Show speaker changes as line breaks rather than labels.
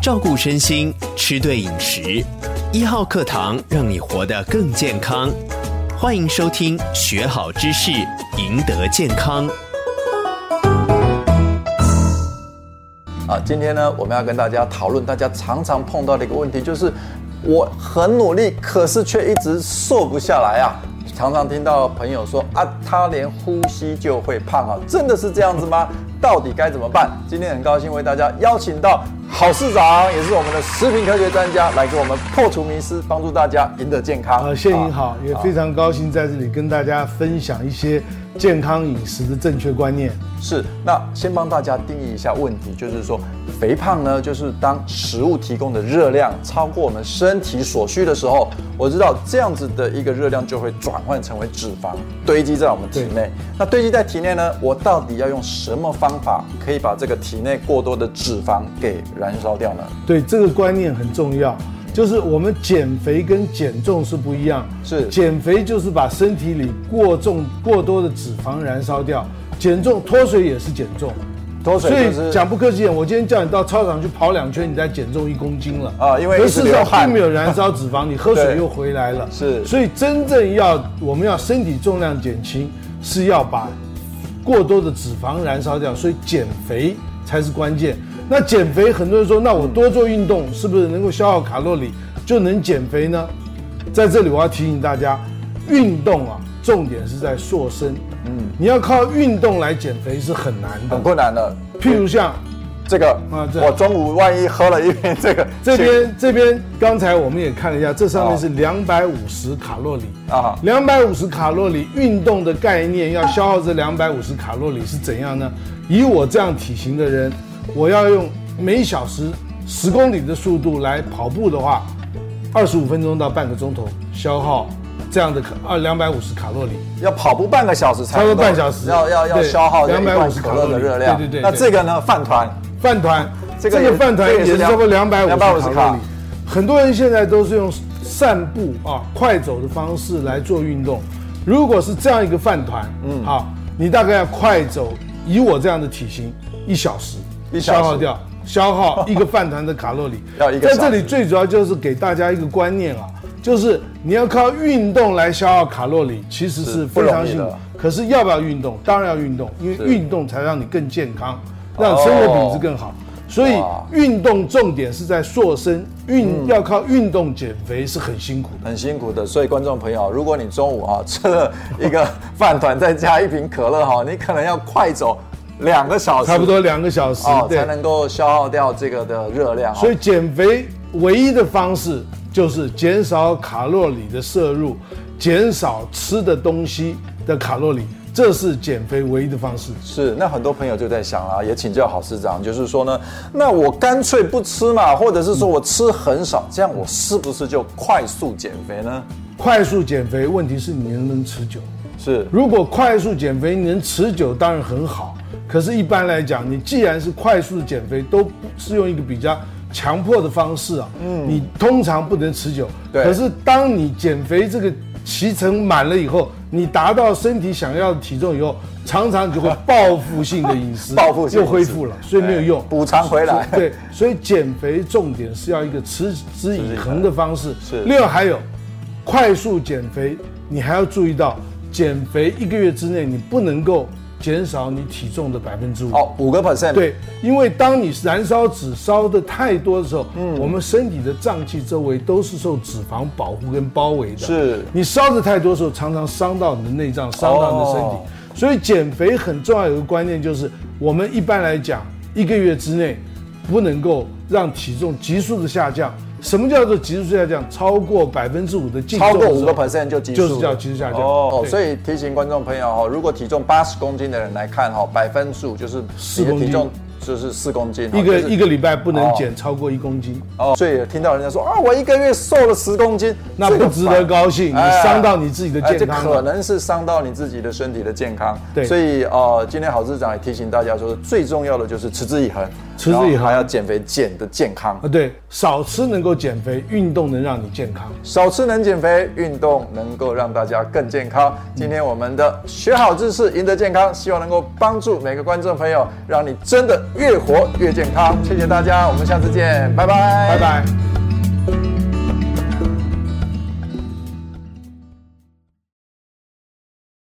照顾身心，吃对饮食。一号课堂让你活得更健康，欢迎收听，学好知识，赢得健康。
啊，今天呢，我们要跟大家讨论大家常常碰到的一个问题，就是我很努力，可是却一直瘦不下来啊。常常听到朋友说啊，他连呼吸就会胖啊，真的是这样子吗？到底该怎么办？今天很高兴为大家邀请到郝市长，也是我们的食品科学专家，来给我们破除迷思，帮助大家赢得健康。
啊，谢颖好，也非常高兴在这里跟大家分享一些健康饮食的正确观念。
是，那先帮大家定义一下问题，就是说，肥胖呢，就是当食物提供的热量超过我们身体所需的时候，我知道这样子的一个热量就会转换成为脂肪，堆积在我们体内。那堆积在体内呢，我到底要用什么方法可以把这个体内过多的脂肪给燃烧掉呢？
对，这个观念很重要，就是我们减肥跟减重是不一样。
是
减肥就是把身体里过重、过多的脂肪燃烧掉，减重脱水也是减重。
脱水
所
就
以
是
讲不客气点，我今天叫你到操场去跑两圈，你才减重一公斤了
啊因为
可
一
是
直
事实上
流汗
并没有燃烧脂肪，你喝水
对
又回来了。
是
所以真正要我们要身体重量减轻，是要把过多的脂肪燃烧掉，所以减肥才是关键。那减肥，很多人说，那我多做运动是不是能够消耗卡路里就能减肥呢？在这里我要提醒大家，运动啊，重点是在塑身。嗯，你要靠运动来减肥是很难的
很。困难的。
譬如像
这个，
啊这
我中午万一喝了一瓶这个，
这边这边，刚才我们也看了一下，这上面是
哦
两百五十卡路里
啊
啊，两百五十卡路里，运动的概念要消耗这两百五十卡路里是怎样呢？以我这样体型的人，我要用每小时十公里的速度来跑步的话，二十五分钟到半个钟头消耗这样的卡二两百五十卡路里。
要跑步半个小时才
差不多
能够
半小时
要要要
对
消耗这一
250
罐可乐的热量。
卡路里对对对
那
对
这个呢，饭团
饭团，
这
这
个
个
也
饭团
这个也
也
是
是差不多两百五
250
250
卡
卡路里。很多人现在都是用散步啊、快走的方式来做运动。如果是这样一个饭团，嗯，好，你大概要快走，以我这样的体型，一小时，
一小时
消耗掉，消耗一个饭团的卡路里
。要一个小
在
时
这里最主要就是给大家一个观念啊，就是你要靠运动来消耗卡路里，其实
是
是
不
非常
容易
辛苦
的。
可是要不要运动？当然要运动，因为
是哦
运动才让你更健康，让生活品质更好。所以
哇
运动重点是在塑身，
嗯
运、要靠运动减肥是很辛苦的。
很辛苦的，所以观众朋友，如果你中午啊吃了一个饭团，再加一瓶可乐哈，你可能要快走两个小时，
差不多两个小时，
哦，
对
才。能够消耗掉这个的热量。啊
所
以
以减肥唯一的方式就是减少卡路里的摄入，减少吃的东西的卡路里，这是减肥唯一的方式。
是，那很多朋友就在想啊，也请教郝市长，就是说呢，那我干脆不吃嘛，或者是说我吃很少，这样我是不是就快速减肥呢？
快速减肥问题是你能不能持久。
是
如果快速减肥你能持久，当然很好。可是，一般来讲，你既然是快速减肥，都是用一个比较强迫的方式啊，嗯，你通常不能持久。
对
可是，当你减肥这个脐程满了以后，你达到身体想要的体重以后，常常你就会报复性的饮食，
报复性饮食
又恢复了，所以没有用
哎。补偿回来。
对，所以减肥重点是要一个持之以恒的方式。
是
另外还有，快速减肥，你还要注意到，减肥一个月之内你不能够减少你体重的百分之五。
哦，五个 percent。
对，因为当你燃烧脂烧的太多的时候，
嗯
我们身体的脏器周围都是受脂肪保护跟包围的。
是
你烧的太多的时候，常常伤到你的内脏，伤到你的身体。
哦
所以减肥很重要，有个观念就是，我们一般来讲，一个月之内不能够让体重急速的下降。什么叫做急速下降？超过百分之五的净重
超
的时
过
候
五个 percent 就急速了，
就是叫急速下降。
哦，
对
所以提醒观众朋友哦，如果体重八十公斤的人来看哈，百分之五就是
4
你的
公斤
体重就是四公斤，
一个一
个
个礼拜不能
哦
减超过一公斤。
哦，所以听到人家说啊，我一个月瘦了十公斤，
那
这个
不值得高兴，你
哎
伤到你自己的
哎这
健康
可
了。
能是伤到你自己的身体的健康。
对
所以呃，今天郝市长也提醒大家说，最重要的就是持之以恒。
持之
然后
以恒
还要减肥，减的健康
啊，。对，少吃能够减肥，运动能让你健康。
少吃能减肥，运动能够让大家更健康。今天我们的学好知识，赢得健康，希望能够帮助每个观众朋友，让你真的越活越健康。谢谢大家，我们下次见，拜拜，
拜拜。